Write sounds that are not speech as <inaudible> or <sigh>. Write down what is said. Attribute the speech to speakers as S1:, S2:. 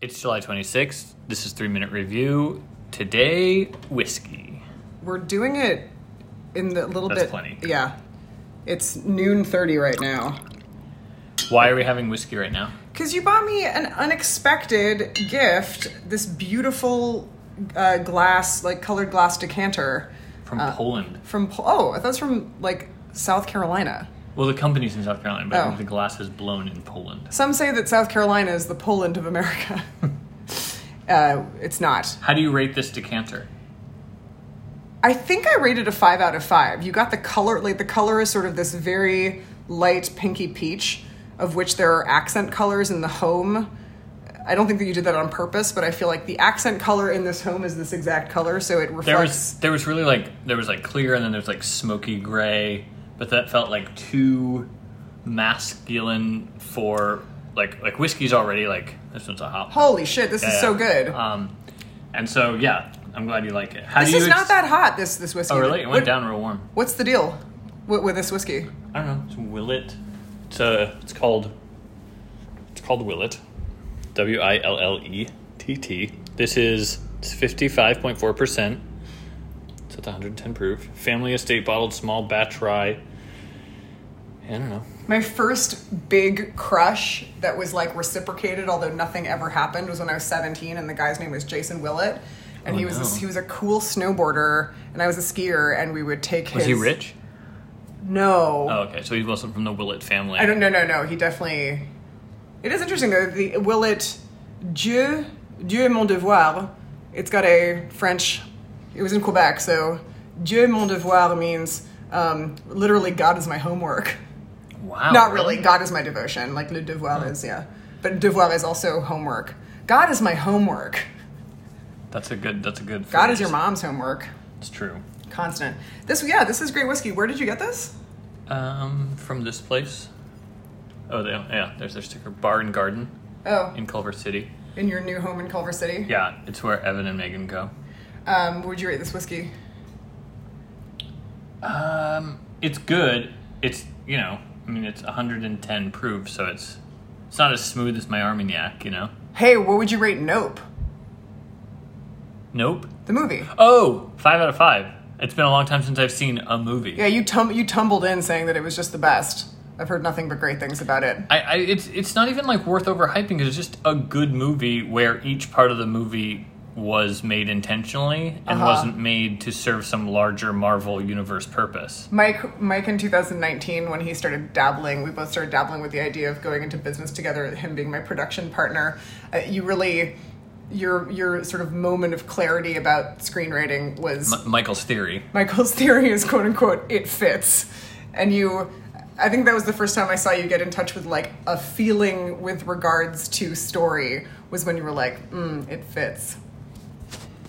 S1: It's July 26th. This is Three Minute Review. Today, whiskey.
S2: We're doing it in the little
S1: That's
S2: bit.
S1: plenty.
S2: Yeah, it's noon thirty right now.
S1: Why are we having whiskey right now?
S2: Cause you bought me an unexpected gift, this beautiful uh, glass, like colored glass decanter
S1: From
S2: Uh,
S1: Poland.
S2: from Pol- oh, I thought it was from like South Carolina.
S1: Well, the company's in South Carolina, but I
S2: Oh.
S1: think the glass is blown in Poland.
S2: Some say that South Carolina is the Poland of America. <laughs> uh, it's not.
S1: How do you rate this decanter?
S2: I think I rated a five out of five. You got the color, like the color is sort of this very light pinky peach, of which there are accent colors in the home. I don't think that you did that on purpose, but I feel like the accent color in this home is this exact color, so it reflects.
S1: There was there was really like there was like clear and then there's like smoky gray, but that felt like too masculine for like like whiskey's already like this one's a hop.
S2: Holy shit! This is so good.
S1: Um, and so yeah, I'm glad you like it. How
S2: this
S1: do you
S2: is
S1: ex-
S2: not that hot. This this whiskey.
S1: Oh really? It went
S2: What-
S1: down real warm.
S2: What's the deal with, with this whiskey?
S1: I don't know. It's Willet. It's uh, it's called. It's called Willet. W i l l e t t. This is it's fifty five point four percent. So it's one hundred ten proof. Family estate bottled small batch rye. I don't know.
S2: My first big crush that was like reciprocated, although nothing ever happened, was when I was 17, and the guy's name was Jason Willett, and
S1: Oh,
S2: he was
S1: no.
S2: a, he was a cool snowboarder, and I was a skier, and we would take
S1: Was
S2: his.
S1: he rich?
S2: No,
S1: Oh, okay. So he wasn't from the Willet family.
S2: I don't. No, no, no. He definitely. It is interesting though. The Willett, Dieu, Dieu est mon devoir. It's got a French. It was in Quebec, so Dieu est mon devoir means um, literally God is my homework.
S1: Wow.
S2: Not really. God is my devotion. Like le devoir is, yeah. But devoir is also homework. God is my homework.
S1: That's a good. That's a good.
S2: God
S1: phrase.
S2: is your mom's homework.
S1: It's true.
S2: Constant. This, yeah, this is great whiskey. Where did you get this?
S1: Um, from this place. Oh, they, yeah. There's their sticker. Bar and Garden
S2: Oh,
S1: in Culver City.
S2: in your new home in Culver City.
S1: Yeah, it's where Evan and Megan go.
S2: Um, would you rate this whiskey?
S1: Um, it's good. It's you know, I mean, it's 110 proof, so it's it's not as smooth as my Armagnac, you know.
S2: Hey, what would you rate Nope,
S1: Nope.
S2: the movie?
S1: Oh, five out of five. It's been a long time since I've seen a movie.
S2: Yeah, you tum- you tumbled in saying that it was just the best. I've heard nothing but great things about it.
S1: I, I it's it's not even like worth overhyping because it's just a good movie where each part of the movie was made intentionally and
S2: Uh-huh.
S1: wasn't made to serve some larger Marvel universe purpose.
S2: Mike, Mike in 2019, when he started dabbling, we both started dabbling with the idea of going into business together. Him being my production partner, uh, you really, your your sort of moment of clarity about screenwriting was
S1: M- Michael's theory.
S2: Michael's <laughs> theory is quote unquote it fits, and you, I think that was the first time I saw you get in touch with like a feeling with regards to story was when you were like, mm, it fits.